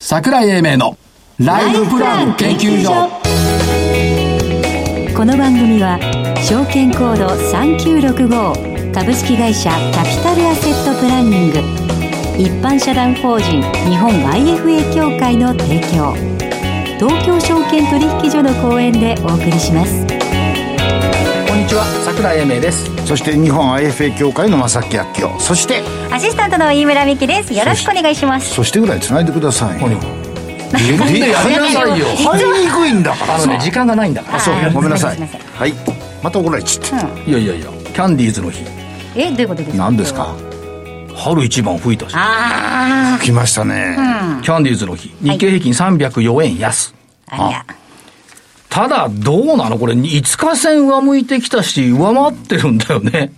桜井英明のライフプラン研究所この番組は証券コード3965株式会社キャピタルアセットプランニング一般社団法人日本 IFA 協会の提供東京証券取引所の講演でお送りしますこんにちは桜井英明ですそして日本 IFA 協会の正木昭夫そしてアシスタントの飯村美希ですよろしくお願いしますそしてぐらい繋いでくださいよ、はい自分でやりなさいよ入りにくいんだからあのね時間がないんだからあそうごめんなさいすいませんはいまた怒られちゃって、いやいやいやキャンディーズの日えどういうことですか何ですか春一番吹いたしあ来ましたね、キャンディーズの日はい日経平均304円安、あありゃただどうなのこれ5日線上向いてきたし上回ってるんだよね、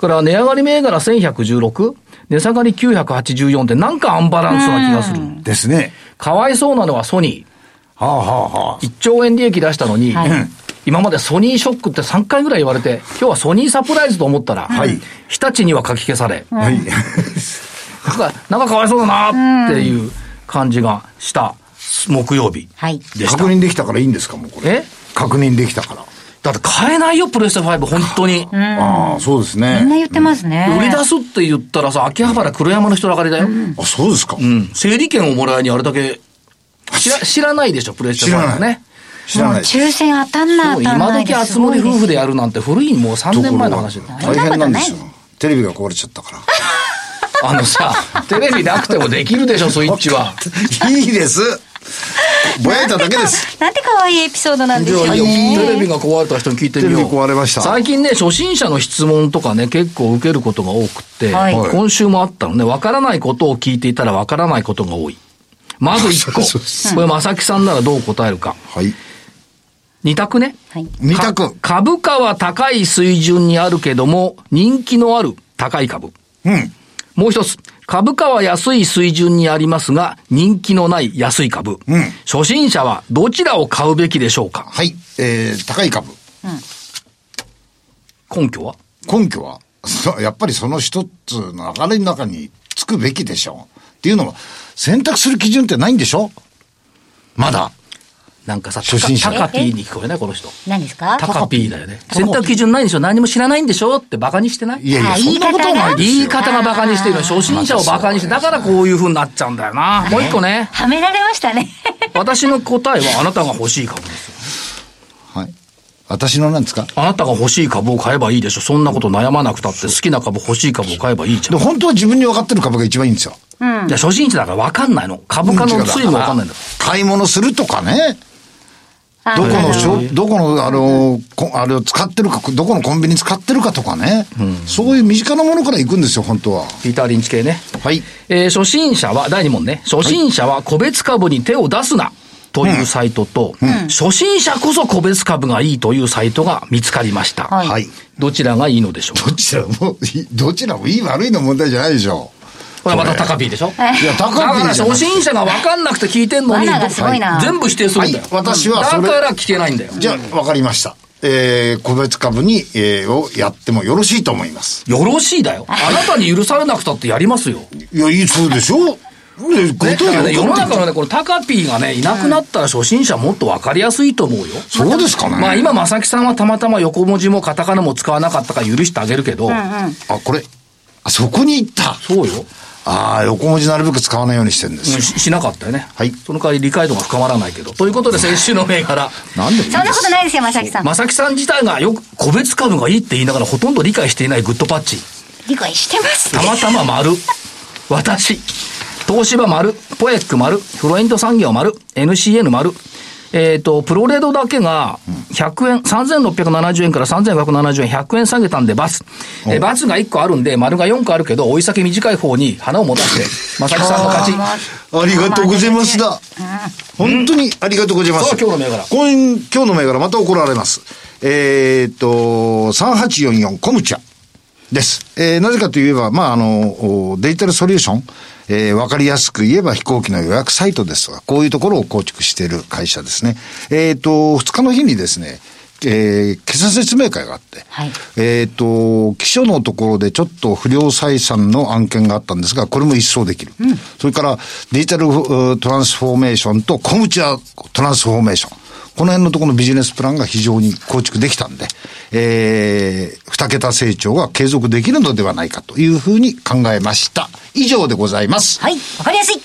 から値上がり銘柄1116値下がり984ってなんかアンバランスな気がする、ですねかわいそうなのはソニはあはあはー1兆円利益出したのに、はいうん今までソニーショックって3回ぐらい言われて今日はソニーサプライズと思ったら、い日立にはかき消され、あはいなんか、なんかかわいそうだなっていう感じがした木曜日はいでした。確認できたからいいんですかもうこれえ確認できたから、だって買えないよ、プレステ5、本当に。ああそうですねみんな言ってますね売り出すって言ったらさ、秋葉原黒山の人だかりだよ。うん。あそうですか、整理券をもらいにあれだけ、知ら、知らないでしょ、プレステ知5らないね。知らないです抽選当たんなもう当たん今ない時、あつ森夫婦でやるなんて古い、もう3年前の話だよ。大変なんですそよんなテレビが壊れちゃったからあのさ、テレビなくてもできるでしょ、スイッチは。いいです。ぼやいただけです。なんて可愛いエピソードなんでしょういやいねやテレビが壊れた人に聞いてみよう。テレビ壊れました最近ね、初心者の質問とかね、結構受けることが多くって、はい今週もあったのね、わからないことを聞いていたらわからないことが多い。まず1個。そうそこれ、まさきさんならどう答えるか。はい。 2択ね。はい二択か。株価は高い水準にあるけども、人気のある高い株。うん。もう一つ。株価は安い水準にありますが、人気のない安い株。うん初心者はどちらを買うべきでしょうかはい。えー、高い株。根拠は根拠はそやっぱりその一つの流れの中につくべきでしょう。っていうのは、選択する基準ってないんでしょまだ。なんかさ、初心者タカタカピーに聞こえないこの人。何ですかタカピーだよね。タカピー選択基準ないんでしょ何も知らないんでしょってバカにしてないいやいや、あそんなことはないですよ。言い方がバカにしてるの。初心者をバカにして、だからこういう風になっちゃうんだよな。もう一個ね。はめられましたね私の答えはあなたが欲しい株ですよ。はい。私のなんですかあなたが欲しい株を買えばいいでしょ。そんなこと悩まなくたって好きな株欲しい株を買えばいいじゃで、ん。本当は自分に分かってる株が一番いいんですよ。いや、初心者だから分かんないの。株価の推移も分かんないんだ。買い物するとかね。あどこあのショ、どこの、あの、こあれを使ってるか、どこのコンビニ使ってるかとかね。そういう身近なものから行くんですよ、本当は。ピーター・リンチ系ね。はい。えー初心者は、第2問ね。初心者は個別株に手を出すな。というサイトと、初心者こそ個別株がいいというサイトが見つかりました。はいはい。どちらがいいのでしょうかどちらも、いどちらもいい悪いの問題じゃないでしょこれはまた高ピーでしょだう。いや、高かくいらいじゃん。初心者が分かんなくて聞いてんのに、罠がすごいな全部否定するんだよ。はい私はそれだから聞けないんだよ。じゃあ、わかりました。えー、個別株に、えー、をやってもよろしいと思います。よろしいだよ。あなたに許されなくたってやりますよ。いや、いい、そうでしょね、答だからねえ世よの中のね、このタカピーがね、いなくなったら初心者もっと分かりやすいと思うよ。そうですかね。まあ今、正木さんはたまたま横文字もカタカナも使わなかったから許してあげるけど、あ、これ。あ、そこに行った。そうよ。ああ、横文字なるべく使わないようにしてるんですよ。ししなかったよね。はいその代わり理解度が深まらないけど。ということで先週の銘柄。なんでもいいそんなことないですよまさきさん正木さん自体がよく個別株がいいって言いながらほとんど理解していないグッドパッチ。理解してますたまたま丸。私。東芝丸。ポエック丸。フロイント産業丸。NCN 丸。えっ、と、プロレードだけが、100円、3670円から3570円、100円下げたんで、バツ。え、バツが1個あるんで、丸が4個あるけど、追い先短い方に花を持たして、まさきさんの勝ち。ありがとうございますだ。本当にありがとうございます。さあ今日の銘柄今今日の銘柄また怒られます。えー、っと、3844コムチャです。えーなぜかといえば、まあ、あの、おデジタルソリューション、えーわかりやすく言えば飛行機の予約サイトですとか、こういうところを構築している会社ですね。えーっと、2日の日にですね、ええー決算説明会があって、はいえっ、と、基礎のところでちょっと不良採算の案件があったんですが、これも一掃できる。それから、デジタルうトランスフォーメーションとコムチャトランスフォーメーション。この辺のところのビジネスプランが非常に構築できたんで、えー、二桁成長が継続できるのではないかというふうに考えました。以上でございます。はい。わかりやすい。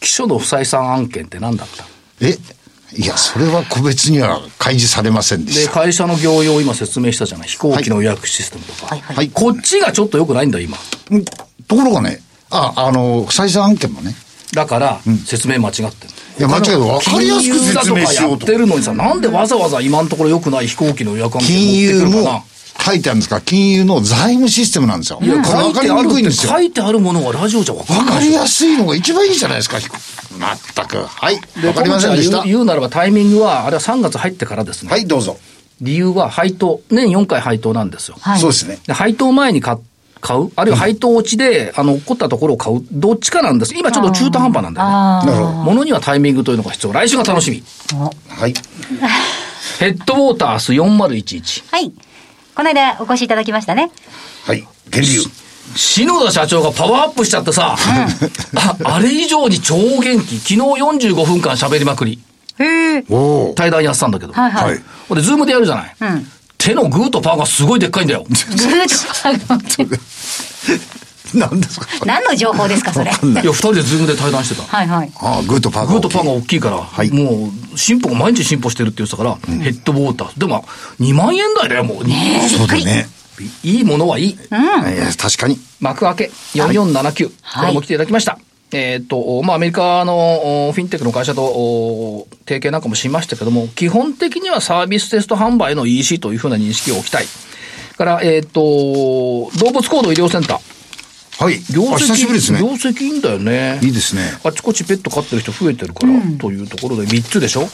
基礎の不採算案件って何だったえいや、それは個別には開示されませんでしで、た。会社の業用を今説明したじゃない。飛行機の予約システムとか。はいはい。はいこっちがちょっと良くないんだ、今。うんところがね、あ、あの、不採算案件もね、だから、説明間違ってる。いや、間違いない。わかりやす金く融だ説とか明しよやっうとて。るのにさ、なんでわざわざ今のところ良くない飛行機の予約案件持っ金て融くるかもな。、書いてあるんですか金融の財務システムなんですよ。こいれや、書わいかてりあにるくいんっでてすよ。書わいてあるものはラジオじゃ分かんないかでりしょやすいのが一番いいじゃないですか。まったく。はい。でわかりませんでし小渕がた言う。言うならばタイミングは、あれは3月入ってからですね。はい、どうぞ。理由は配当、年4回配当なんですよ。はいそうですね。で配当前に買買う、あるいは配当落ちで、あの、起こったところを買う、どっちかなんです。今ちょっと中途半端なんだよね。あなるほものにはタイミングというのが必要。来週が楽しみ。あ。ど。はい。ヘッドウォーター明日4011。はい。この間お越しいただきましたね。はい。源流。篠田社長がパワーアップしちゃってさ、ああれ以上に超元気。昨日45分間喋りまくり。へえ。おお。対談やってたんだけど。はいはい。はいほんで、ズームでやるじゃない。うん。手のグーとパーがすごいでっかいん だよ。ずーっとあの何ですか何の情報ですか、それ。はいや、二人でズームで対談してた。はい。ああ、グーとパーが大きい。グーとパンが大きいから、いもう、進歩が毎日進歩してるって言ってたから、ヘッドウォーター。でも、2万円台だよ、もう。えー、びそっうくだり。ね。いいものはいい。いや、確かに。幕開け、4479。これも来ていただきました。えーっと、まあ、アメリカのおフィンテックの会社とお提携なんかもしましたけども、基本的にはサービステスト販売の EC というふうな認識を置きたい。から、えーっと、動物行動医療センター。はい。業績あ、久しぶりですね業。績いいんだよね。いいですね。あちこちペット飼ってる人増えてるから、というところで3つでしょ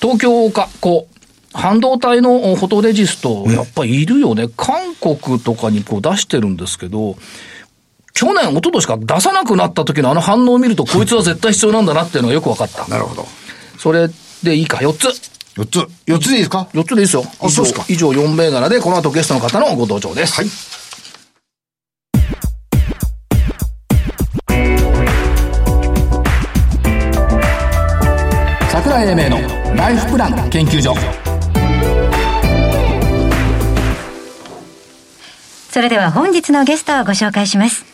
東京かこう半導体のおフォトレジスト、やっぱいるよね。韓国とかにこう出してるんですけど、去年、一昨年か出さなくなった時のあの反応を見ると、こいつは絶対必要なんだなっていうのがよく分かった。なるほど。それでいいか、4つ。四つ。四つでいいですか4つでいいですよ。あそうですか以上以上4銘柄で、この後ゲストの方のご登場です。はい。桜井英明のライフプラン研究所。それでは本日のゲストをご紹介します。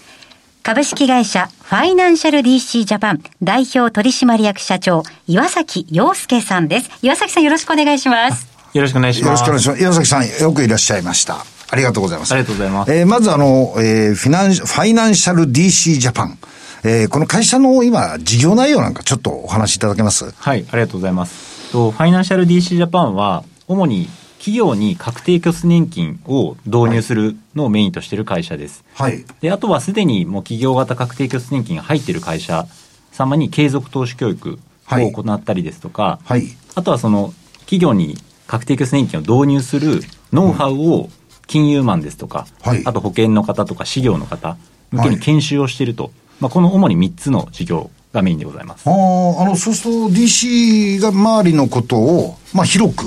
株式会社ファイナンシャル DC ジャパン代表取締役社長岩崎陽介さんです。岩崎さんよろしくお願いします。よろしくお願いしよまろす。しくお願いします。岩崎さん、よくいらっしゃいました。ありがとうございます。ありがとうございますえーまずあの、えーフィナンシ、ファイナンシャル DC ジャパン。えーこの会社の今、事業内容なんかちょっとお話しいただけますはい、ありがとうございます。とファイナンシャル DC ジャパンは、主に企業に確定拠出年金を導入するのをメインとしている会社です。はい。で、あとはすでにもう企業型確定拠出年金が入っている会社様に継続投資教育をはい行ったりですとか、はい。あとはその企業に確定拠出年金を導入するノウハウを金融マンですとか、はいあと保険の方とか事業の方向けはいに研修をしていると、まあ、この主に3つの事業がメインでございます。ああ、あの、そうすると DC が周りのことを、まあ、広く。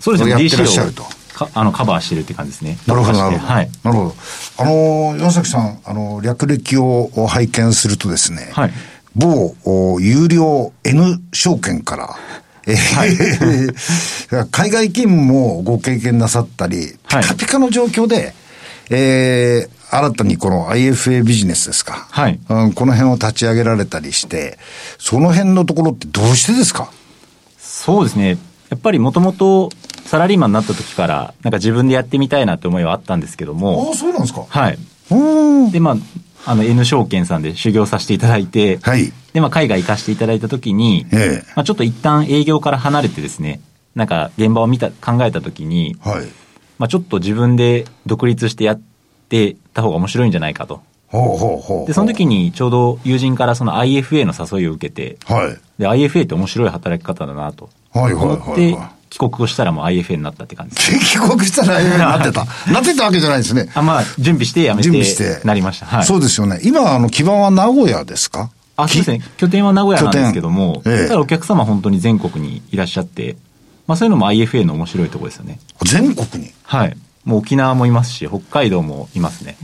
そうですね、やってらっしゃ DC るをと。かあのカバーしてるって感じですね。なるほど、カなバーるしてほど。なはい。るほど。あの、岩崎さん、あの、略歴を拝見するとですね、はい某お有料 N 証券から、えー 海外勤務もご経験なさったり、はいピカピカの状況で、えー新たにこの IFA ビジネスですか、はいうん、この辺を立ち上げられたりして、その辺のところってどうしてですかそうですね。やっぱりもともとサラリーマンになった時から、なんか自分でやってみたいなって思いはあったんですけども、あ、そうなんですか。はい。うん。で、まあ、あの N 証券さんで修行させていただいて、はい。で、まあ、海外行かせていただいた時に、ええまあ、ちょっと一旦営業から離れてですね、なんか現場を見た、考えた時に、はい。まあ、ちょっと自分で独立してやってた方が面白いんじゃないかと。ほうほうほう。で、その時にちょうど友人からその IFA の誘いを受けて、はい。で、IFA って面白い働き方だなとはいはい思はっいてはい。、帰国をしたらもう IFA になったって感じで 帰す。国したら IFA になって た。なってたわけじゃないですね。あ、まあ、準備してやめて、準備して。なりました。はい。そうですよね。今、あの、基盤は名古屋ですかあ、そうですね。拠点は名古屋なんですけど拠も、点ええただお客様は本当に全国にいらっしゃって、まあ、そういうのも IFA の面白いところですよね。全国に。はい。もう沖縄もいますし、北海道もいますね。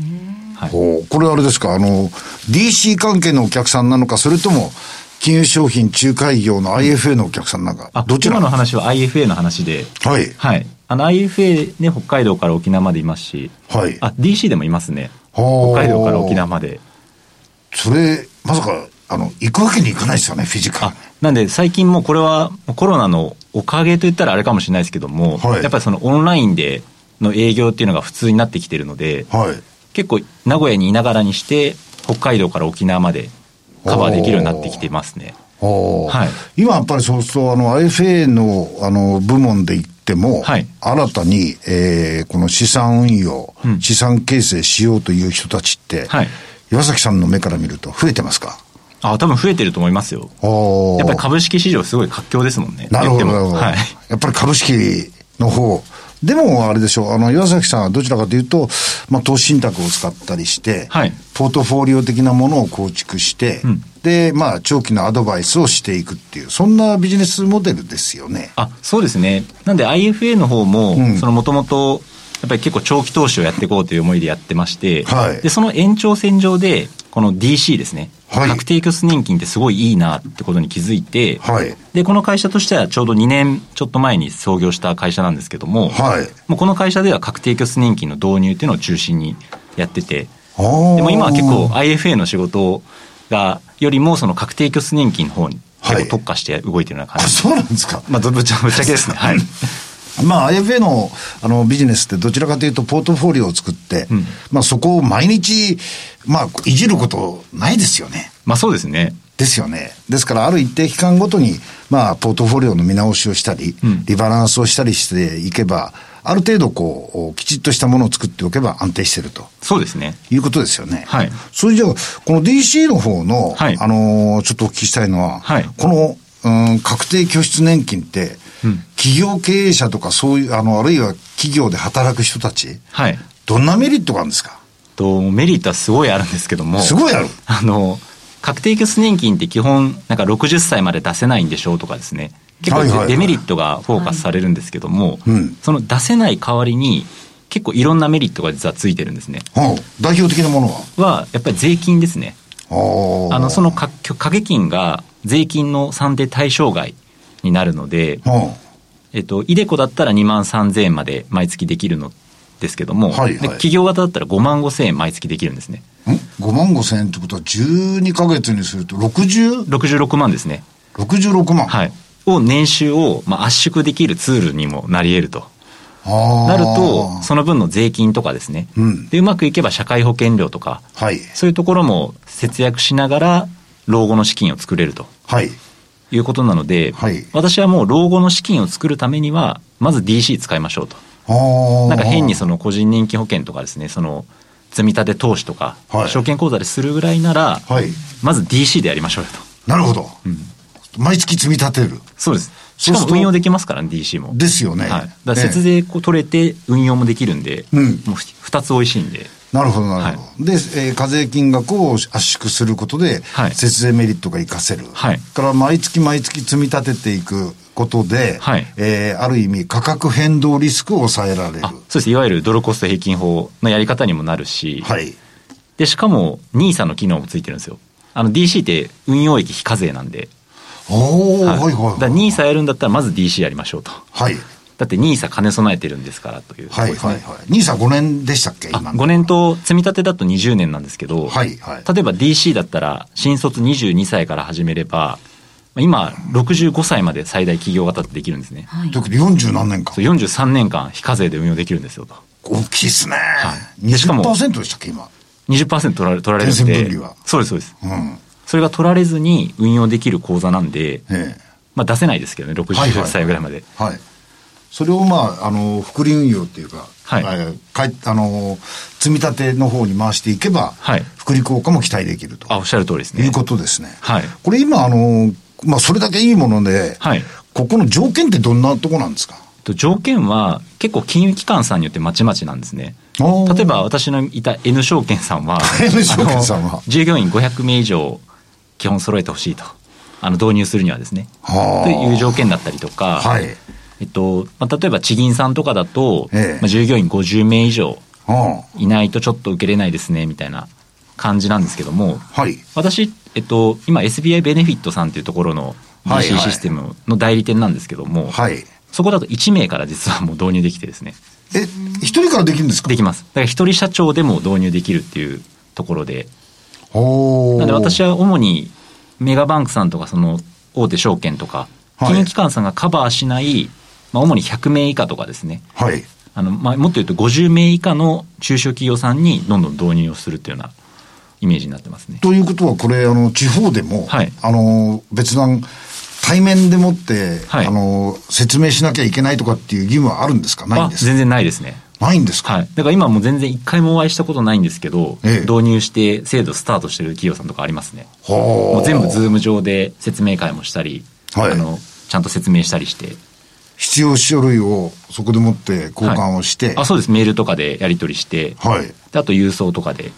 はい。ほうこれあれですか、あの、DC 関係のお客さんなのか、それとも、金融商品仲介業の IFA のお客さんなのか、あ、どちら今の話は IFA の話で、はい。はい。あの IFA ね、北海道から沖縄までいますし、はい。あ、DC でもいますね。はあ北海道から沖縄まで。それ、まさか、あの、行くわけにいかないですよね、フィジカル。なんで最近もうこれはコロナのおかげといったらあれかもしれないですけども、はいやっぱりそのオンラインでの営業っていうのが普通になってきてるので、はい。結構名古屋にいながらにして北海道から沖縄までカバーできるようになってきてますね。おーはい今やっぱりそうすると、あの、IFA の、あの、部門で言っても、はい新たに、えーこの資産運用、うん資産形成しようという人たちって、はい岩崎さんの目から見ると増えてますかあ多分増えてると思いますよ。おーやっぱり株式市場すごい活況ですもんね。なるほど、言なっるてもほど。はい。やっぱり株式の方。でも、あれでしょう、あの、岩崎さんはどちらかというと、まあ、投資信託を使ったりして、はいポートフォリオ的なものを構築して、うんで、まあ、長期のアドバイスをしていくっていう、そんなビジネスモデルですよね。あそうですね。なんで IFA の方も、うんそのもともとやっぱり結構長期投資をやっていこうという思いでやってまして、はいでその延長線上でこの DC ですね、はい確定拠出年金ってすごいいいなってことに気づいて、はい。でこの会社としてはちょうど2年ちょっと前に創業した会社なんですけども、はい。もうこの会社では確定拠出年金の導入っていうのを中心にやってて、ででもも今は結構 IFA の仕事がよりもその確定拠出年金の方に結はい構特化して動いてるような感あ、じです。そうなんですか。まあ、ぶぶっちゃぶっちゃけで すね。はい。まあ、IFA のあのビジネスってどちらかというとポートフォリオを作って、うんまあ、そこを毎日、まあ、いじることないですよね。まあ、そうですね。ですよね。ですから、ある一定期間ごとに、まあ、ポートフォリオの見直しをしたり、うんリバランスをしたりしていけば、ある程度、こう、きちっとしたものを作っておけば安定してるとそうですね。いうことですよね。はいそれじゃあ、この DC の方の、はいあのーちょっとお聞きしたいのは、はいこの、うん、確定拠出年金って、うん企業経営者とかそういう、あの、あるいは企業で働く人たち、はい。どんなメリットがあるんですかと、メリットはすごいあるんですけども。すごいある。あの、確定拠出年金って基本、なんか60歳まで出せないんでしょうとかですね。結はいはいは構いデメリットがフォーカスされるんですけども、うんその出せない代わりに、結構いろんなメリットが実はついてるんですね。うん代表的なものは。は、やっぱり税金ですね。あーあの、そのか掛け金が税金の算定対象外になるので、うんえっと、イデコだったら2万3000円まで毎月できるのですけども、はいはいで企業型だったら5万5000円毎月できるんですね。ん ?5 万5千円ってことは12ヶ月にすると 60?66 66万ですね。万。はい。を年収を、まあ、圧縮できるツールにもなり得ると。あーなると、その分の税金とかですね。うんで、うまくいけば社会保険料とか、はい。そういうところも節約しながら、老後の資金を作れるとはい。いうことなので、はい私はもう老後の資金を作るためには、まず DC 使いましょうと。ああ。なんか変にその個人年金保険とかですね、その積み立て投資とか、はい証券口座でするぐらいなら、はい。まず DC でやりましょうよと。なるほど。毎月積み立てる。そうです。しそうかするもと運用できますからね、DC も。ですよね。はい、だからええ節税こう取れて運用もできるんで、うんもう2つ美味しいんで、なるほど、なるほど。で、えー課税金額を圧縮することで、はい節税メリットが活かせる。はいから、毎月毎月積み立てていくことで、はいえーある意味、価格変動リスクを抑えられる。あそうですいわゆるドルコスト平均法のやり方にもなるし、はい。でしかも NISA の機能もついてるんですよあの DC って運用益非課税なんで、おお、はい、はい、はい。だから NISA やるんだったらまず DC やりましょうとはい。だって NISA 金備えてるんですからというとこはろい、ですね、はい、はい。兄さん5年でしたっけあ今の5年と積み立てだと20年なんですけど、はいはい例えば DC だったら新卒22歳から始めればまあ今65歳まで最大企業型ってできるんですね、はいということで40何年かそう。43年間非課税で運用できるんですよと大きいですね。いでしかも20%でしたっけ今。 20%取られ取られるん点線で分離はそうですそうですうん。それが取られずに運用できる口座なんで、えまあ、出せないですけどねはいはい60歳ぐらいまで、え。はい。それをまあ、あの、複利運用っていうか、はいえーかいあの、積み立ての方に回していけば、はい複利効果も期待できるとあおっしゃる通りですいねうことですね。はいこれ今、あの、まあ、それだけいいもので、はいここの条件ってどんなとこなんですかと条件は結構金融機関さんによってまちまちなんですねおー例えば私のいた N 証券さんは N 証券さんはあの従業員500名以上基本揃えてほしいとあの導入するにはですねはあという条件だったりとか、はい。えっと、まあ、例えば地銀さんとかだと、ええまあ、従業員50名以上あいないとちょっと受けれないですね、みたいな感じなんですけども、あはい。私、えっと、今 SBI ベネフィットさんっていうところのはい DC はいシステムの代理店なんですけども、はい。そこだと1名から実はもう導入できてですね、え、一人からできるんですかできます。だから一人社長でも導入できるっていうところで、おなので私は。は主にメガバンクさんとかその大手証券とか、はい金融機関さんがカバーしない、まあ、主に100名以下とかですね、はい。あのまあ、もっと言うと50名以下の中小企業さんにどんどん導入をするっていうようなイメージになってますね。ということは、これ、あの、地方でも、はいあの、別段、対面でもって、はいあの、説明しなきゃいけないとかっていう義務はあるんですかないんあですか全然ないですね。ないんですか、はい。だから今もう全然一回もお会いしたことないんですけど、ええ導入して制度スタートしてる企業さんとかありますね。ほうもう全部ズーム上で説明会もしたり、はいあの、ちゃんと説明したりして。必要書類をそこでもって交換をして、あ、そうです。メールとかでやり取りして、はい。であと郵送とかで。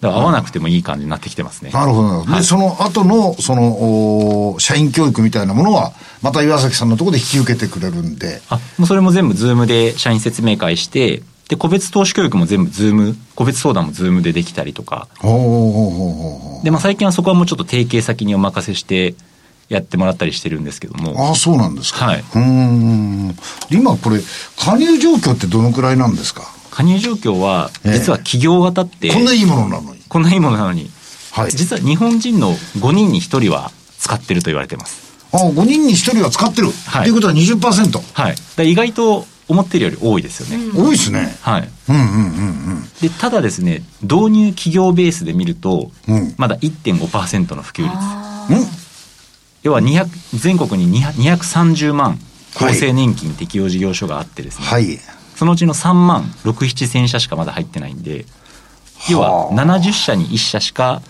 だから会わなくてもいい感じになってきてますね。なるほどなるほど。はで、いその後の、その、お社員教育みたいなものは、また岩崎さんのところで引き受けてくれるんで、あ、もうそれも全部ズームで社員説明会して、で、個別投資教育も全部ズーム、個別相談もズームでできたりとか。ほうほうほうほうほうで、まあ最近はそこはもうちょっと提携先にお任せしてやってもらったりしてるんですけども。ああ、そうなんですか。はいうーん。今これ、加入状況ってどのくらいなんですか、加入状況はええ実は企業型って、こんないいものなのに。こんないいものなのに、はい。実は日本人の5人に1人は使ってると言われてますああ、5人に1人は使ってる。はいということは20%。はいだから意外と思ってるより多いですよね、多いですね。はいうんうんうんでただですね導入企業ベースで見ると、うんまだ1.5%の普及率うん。うん要は200全国に200 230万はい厚生年金適用事業所があってですね、はい。そのうちの3万67千社しかまだ入ってないんで要は70社に1社しか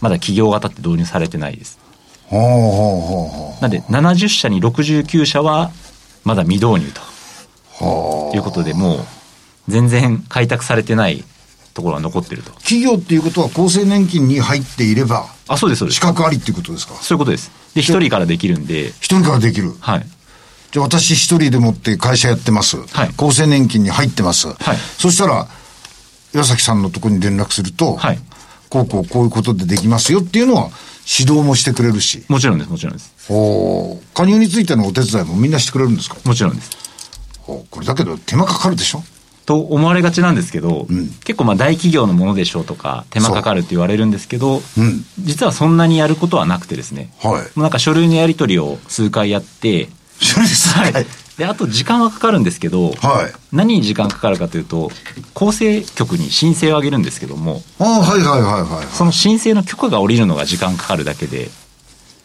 まだ企業型って導入されてないですほうほうほうほう。なんで70社に69社はまだ未導入とはあいうことでもう全然開拓されてないところが残ってると企業っていうことは厚生年金に入っていればあそうですそうで資す格ありっていうことですかそういうことですで1人からできるんで一人からできるはいじゃあ私一人でもって会社やってます、はい厚生年金に入ってます、はいそしたら岩崎さんのとこに連絡すると、はいこうこうこういうことでできますよっていうのは指導もしてくれるしもちろんですもちろんですお加入についてのお手伝いもみんなしてくれるんですかもちろんですおこれだけど手間かかるでしょと思われがちなんですけど、ん結構まあ大企業のものでしょうとか手間かかるって言われるんですけうど、ん実はそんなにやることはなくてですねはいもうなんか書類のやり取りを数回やってそうですはい、はい、であと時間はかかるんですけはど、い何に時間かかるかというと厚生局に申請をあげるんですけどもああはいはいはいはいその申請の許可が下りるのが時間かかるだけで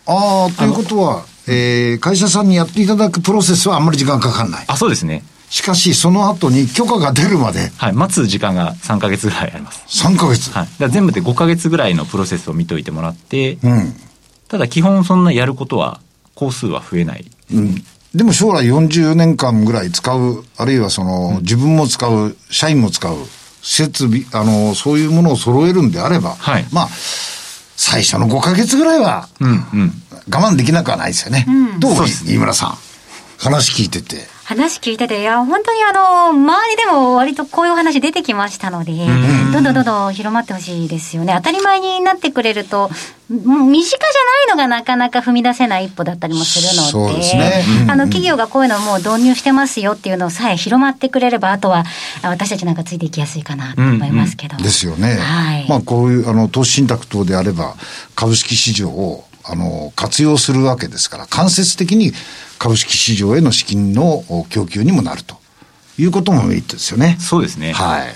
ああということは、えー会社さんにやっていただくプロセスはあんまり時間かかんないあそうですねしかし、その後に許可が出るまではい待つ時間が3ヶ月ぐらいあります、 3ヶ月。はい、だから全部で5ヶ月ぐらいのプロセスを見といてもらってうん。ただ基本そんなやることは工数は増えないうん。でも将来40年間ぐらい使う、あるいはその、自分も使う、社員も使う、設備、あの、そういうものを揃えるんであれば、はいまあ、最初の5ヶ月ぐらいはうんうん我慢できなくはないですよね。どうそうです飯村さん。話聞いてて。話聞いてて、いや、本当にあの、周りでも割とこういう話出てきましたので、どんどんどんどん広まってほしいですよね。当たり前になってくれると、もう身近じゃないのがなかなか踏み出せない一歩だったりもするので、そうですねうんうんあの、企業がこういうのをもう導入してますよっていうのさえ広まってくれれば、あとはあ私たちなんかついていきやすいかなと思いますけど。ですよね。はい。まあ、こういう、あの、投資信託等であれば、株式市場を、あの、活用するわけですから、間接的に株式市場への資金のお供給にもなるということもメリットですよね。そうですねはい。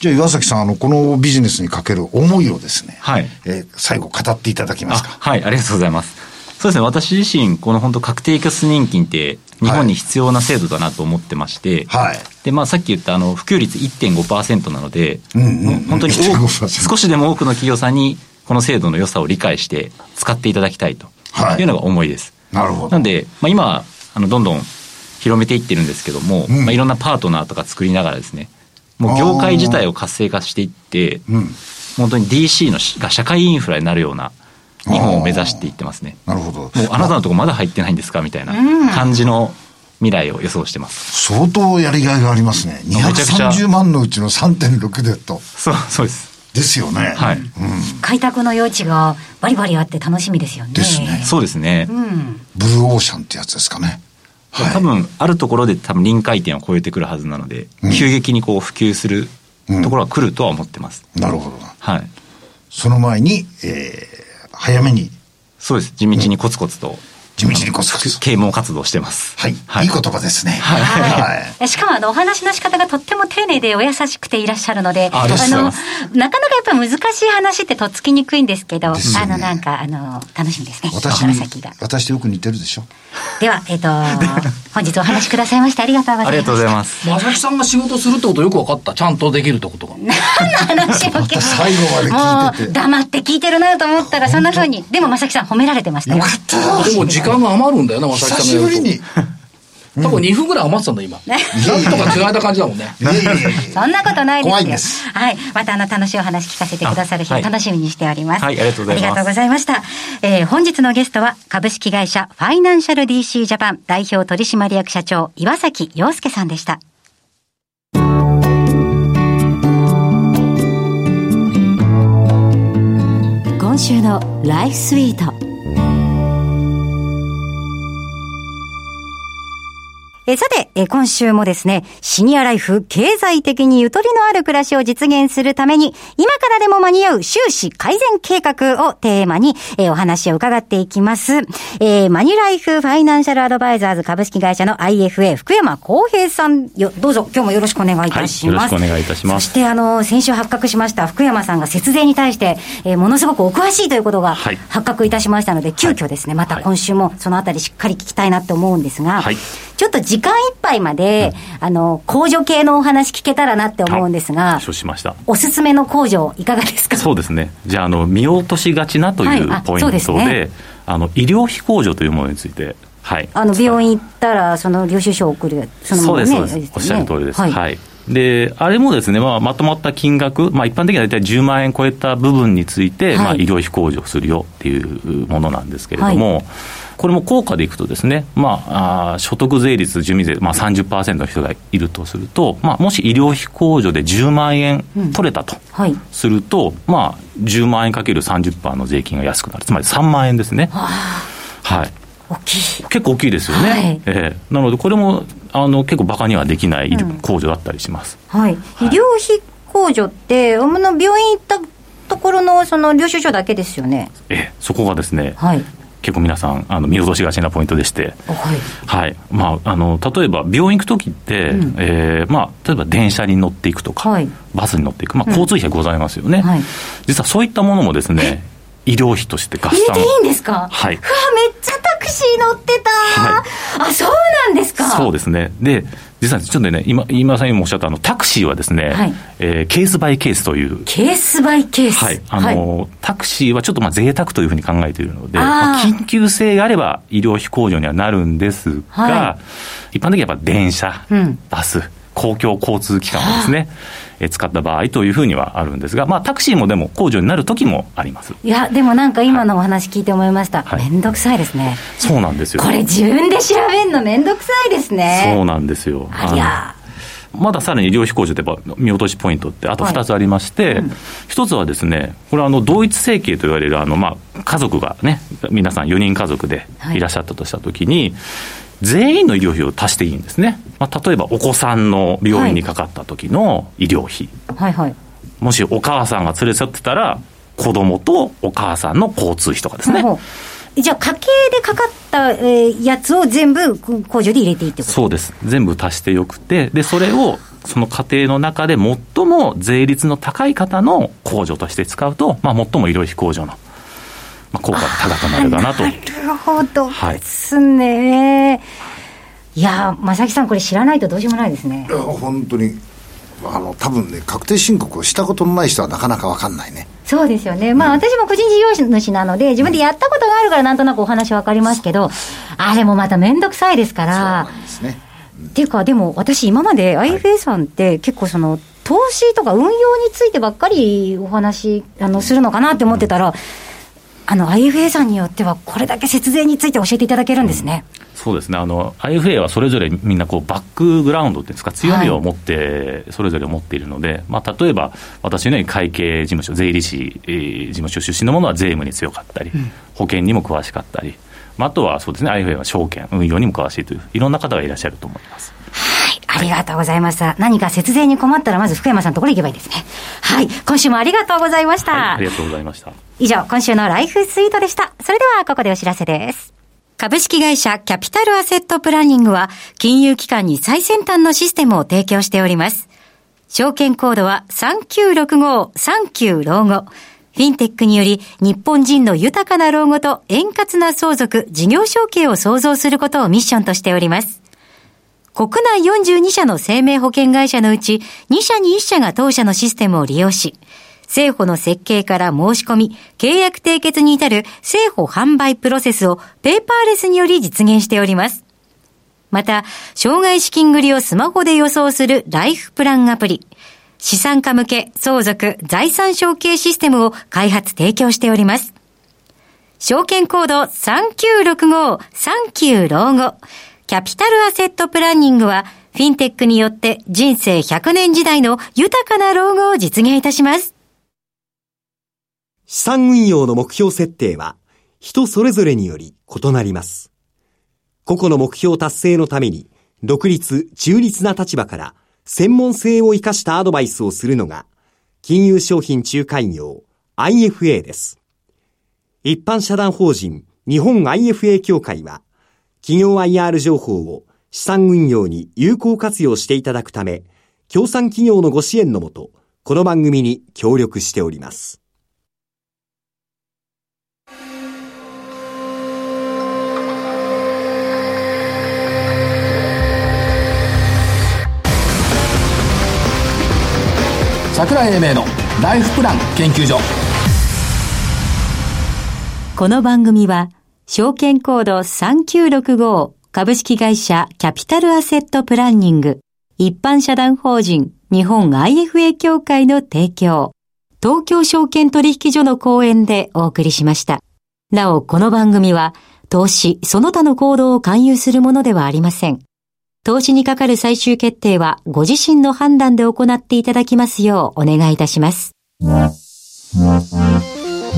じゃあ、岩崎さん、あの、このビジネスにかける思いをですね、はいえー最後語っていただけますか。あはいありがとうございますそうですね私自身この本当確定拠出年金って日本に必要な制度だなと思ってまして、はい。でまあ、さっき言ったあの普及率1.5%なので、うんうんうんもう本当に多く1.5%少しでも多くの企業さんにこの制度の良さを理解して使っていただきたいとはいいうのが思いです。なるほなどん。で、まあ、今あのどんどん広めていってるんですけども、んまあ、いろんなパートナーとか作りながらですねもう業界自体を活性化していって、うん。本当に DC のしが社会インフラになるような日本を目指していってますね。なるほど。もうあなたのとこまだ入ってないんですかみたいな感じの未来を予想してます。相当やりがいがありますね。めちゃくちゃ230万のうちの3.6でと。そう、そうです。ですよね。はい開拓の余地がバリバリあって楽しみですよね。ですねそうですね。うん。ブルーオーシャンってやつですかね。はい多分、あるところで多分臨界点を超えてくるはずなので、急激にこう普及するところは来るとは思ってます。なるほど。はい。その前に、えー、早めにそうです。地道にコツコツと、地道にコツコツ。啓蒙活動してます。はい。い、い言葉ですね。はいはい。しかもあのお話の仕方がとっても丁寧でお優しくていらっしゃるので、あありがとうございのますなかなかやっぱり難しい話ってとっつきにくいんですけど、ですよあねのなんかあの楽しみですね。私こにの先が、。私とよく似てるでしょ。ではえっ、と本日お話しくださいましてありがとうございました。ありがとうございます。まさきさんが仕事するってことよく分かった。ちゃんとできるってことが。何の話を聞いて最後まで聞いててもう黙って聞いてるなと思ったらそんな風にでもまさきさん褒められてましたよよか ったでも時間が余るんだよな、まさき久さんしのぶやりるに。いと。多分2分ぐらい余ってたんだ、今。なんとか繋いだ感じだもんね。やいやいやいや そんなことないですよ怖いんですはいまたあの楽しいお話聞かせてくださる日あをはい楽しみにしております、はいありがとうございまあすりがとうございました、えー本日のゲストは株式会社ファイナンシャル DC ジャパン代表取締役社長岩崎陽介さんでした今週のライフスイートえーさて、えー今週もですね、シニアライフ、経済的にゆとりのある暮らしを実現するために、今からでも間に合う収支改善計画をテーマに、えーお話を伺っていきます。えーマニュライフファイナンシャルアドバイザーズ株式会社の IFA、福山康平さん、よ、どうぞ、今日もよろしくお願いいたします。はいよろしくお願いいたしますそして、あの、先週発覚しました福山さんが節税に対して、えーものすごくお詳しいということがはい発覚いたしましたので、急遽ですね、またはい今週もそのあたりしっかり聞きたいなと思うんですが、はいちょっと時間いっぱいまで、あの、控除系のお話聞けたらなって思うんですが承、知しました。おすすめの控除いかがですかそうですね。じゃあ、あの、見落としがちなというはいあポイそうンですトで、ねあの、医療費控除というものについて、はい。あの、病院行ったら、その領収書を送る、そのそうまで、ますねそうです。おっしゃる通りです。は。はいい。で、あれもですね、まあ、まとまった金額、まあ、一般的には大体10万円超えた部分についはて、いまあ、医療費控除するよっていうものなんですけれども、これも効果でいくとですね、まあ、あー所得税率、住民税、まあ、30%の人がいるとすると、まあ、もし医療費控除で10万円取れたと。はい。すると、まあ、10万円かける30%の税金が安くなる、つまり3万円ですね。はい、大きい。結構大きいですよね。はいええなので、これもあの結構バカにはできない控除だったりします。はい。医療費控除って、あの、病院行ったところの、その領収書だけですよね。ええそこがですね、はい。結構皆さんあの見落としがちなポイントでして、あはい。はいまあ、あの例えば病院行く時って、ええまあ、例えば電車に乗っていくとか、はいバスに乗っていく、まあ、交通費がございますよね、はい実はそういったものもですね医療費として合入れ算ていいんですかはいうわ、めっちゃタクシー乗ってた、はあ、そうなんですかそうですね。で、実はちょっとね、今、今さんにもおっしゃったあの、タクシーはですね、はいえーケースバイケースという、ケースバイケース。はい、あの、タクシーはちょっとまあ贅沢というふうに考えているので、あーまあ緊急性があれば医療費控除にはなるんですが、は一般的にはやっぱ電車、うんバス、公共交通機関をですね、えー使った場合というふうにはあるんですが、まあタクシーもでも控除になる時もあります。いや、でもなんか今のお話聞いて思いました。はいめんどくさいですね。そうなんですよ。これ自分で調べんのめんどくさいですね。そうなんですよ。ありゃまださらに医療費控除でば見落としポイントってあと2つありまして、1つはですね、これはあの同一整形と言われるあの、まあ、家族がね、皆さん4人家族ではいいらっしゃったとしたときに、全員の医療費を足していいんですね、まあ、例えばお子さんの病院にかかった時の医療費、はいはい。もしお母さんが連れ添ってたら、子供とお母さんの交通費とかですね。ほうじゃあ家計でかかった、えーやつを全部こ控除で入れていいってことそうです全部足してよくてでそれをその家庭の中で最も税率の高い方の控除として使うと、まあ、最も医療費控除の、まあ、効果が高くなるかなとなるほどはいですね。い、やー、正木さんこれ知らないとどうしようもないですね。本当に。あの多分ね確定申告をしたことのない人はなかなかわかんないねそうですよね。まあ私も個人事業主なので、自分でやったことがあるからなんとなくお話わかりますけど、あれもまためんどくさいですから。ですねっていうか、でも私今まで IFA さんって結構その、投資とか運用についてばっかりお話、あの、するのかなって思ってたら、あの IFA さんによっては、これだけ節税について教えていただけるんですね。そうですねあの IFA はそれぞれみんなこうバックグラウンドっていうんですか、強みを持って、それぞれ持っているので、まあ、例えば私のように会計事務所、税理士、えー事務所出身のものは税務に強かったり、保険にも詳しかったり、まあ、あとはそうですね、IFA は証券、運用にも詳しいという、いろんな方がいらっしゃると思います。はい、ありがとうございました。何か節税に困ったら、まず福山さんのところに行けばいいですね。はい、今週もありがとうございました。はい、ありがとうございました。以上、今週のライフスイートでした。それでは、ここでお知らせです。株式会社キャピタルアセットプランニングは、金融機関に最先端のシステムを提供しております。証券コードは3965、39老後。フィンテックにより、日本人の豊かな老後と円滑な相続、事業承継を創造することをミッションとしております。国内42社の生命保険会社のうち2社に1社が当社のシステムを利用し、政府の設計から申し込み、契約締結に至る政府販売プロセスをペーパーレスにより実現しております。また、障害資金繰りをスマホで予想するライフプランアプリ、資産家向け相続財産承継システムを開発提供しております。証券コード3965、39老後。キャピタルアセットプランニングは、フィンテックによって人生100年時代の豊かな老後を実現いたします。資産運用の目標設定は人それぞれにより異なります。個々の目標達成のために独立、中立な立場から専門性を生かしたアドバイスをするのが金融商品仲介業 IFA です。一般社団法人日本 IFA 協会は企業 IR 情報を資産運用に有効活用していただくため、協賛企業のご支援のもと、この番組に協力しております。桜井英明のライフプラン研究所この番組は、証券コード3965株式会社キャピタルアセットプランニング、一般社団法人日本 IFA 協会の提供、東京証券取引所の講演でお送りしました。なお、この番組は、投資、その他の行動を勧誘するものではありません。投資にかかる最終決定は、ご自身の判断で行っていただきますようお願いいたします。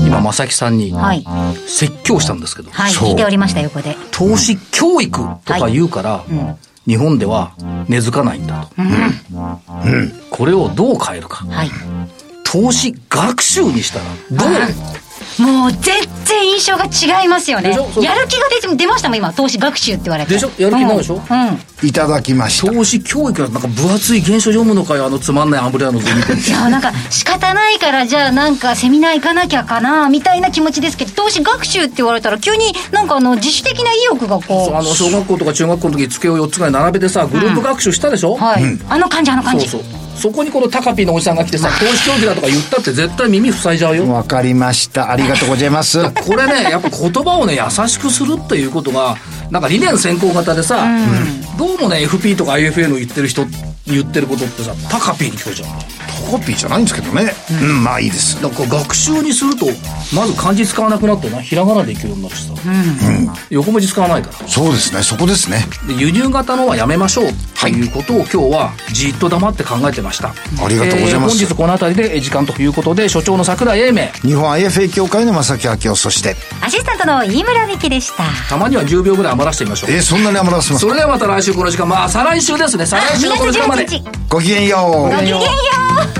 今正木さんにはい。説教したんですけど、はい、聞いておりました、横で。投資教育とか言うから、日本では根付かないんだと、うんこれをどう変えるかはい。投資学習にしたらどうもう、全然印象が違いますよね。でしょそうやる気が出て出ましたもん、今。投資学習って言われて。でしょやる気ないでしょうん。うんいただきました。投資教育はなんか分厚い原書読むのかよあのつまんないアンブレラの図見 ていやなんか仕方ないからじゃあなんかセミナー行かなきゃかなみたいな気持ちですけど投資学習って言われたら急になんかあの自主的な意欲がこうあの小学校とか中学校の時机を4つぐらい並べてさグループ学習したでしょ、はい、あの感じあの感そうじそうそこにこのタカピーのおじさんが来てさ投資教育だとか言ったって絶対耳塞いじゃうよわかりました。ありがとう ございます。これねやっぱ言葉をね優しくするっていうことがなんか理念先行型でさ、どうもね FP とか IFA の言ってる人言ってることってさタカピーに聞こえちゃうコピーじゃないんですけどね。うん、まあいいです。だから学習にするとまず漢字使わなくなってなひらがなでいけるようになるしさ、横文字使わないからそうですね、そこですね。で輸入型のはやめましょうということを今日はじっと黙って考えてました、ありがとうございますえー本日この辺りでえー時間ということで所長の桜井英明日本 IFA 協会の正木明夫、そして、アシスタントの飯村美樹でしたたまには10秒ぐらい余らせてみましょうえー、そんなに余らせますそれではまた来週この時間まあ再来週ですね再来週のこの時間まで2月18日ごきげんようごきげんよう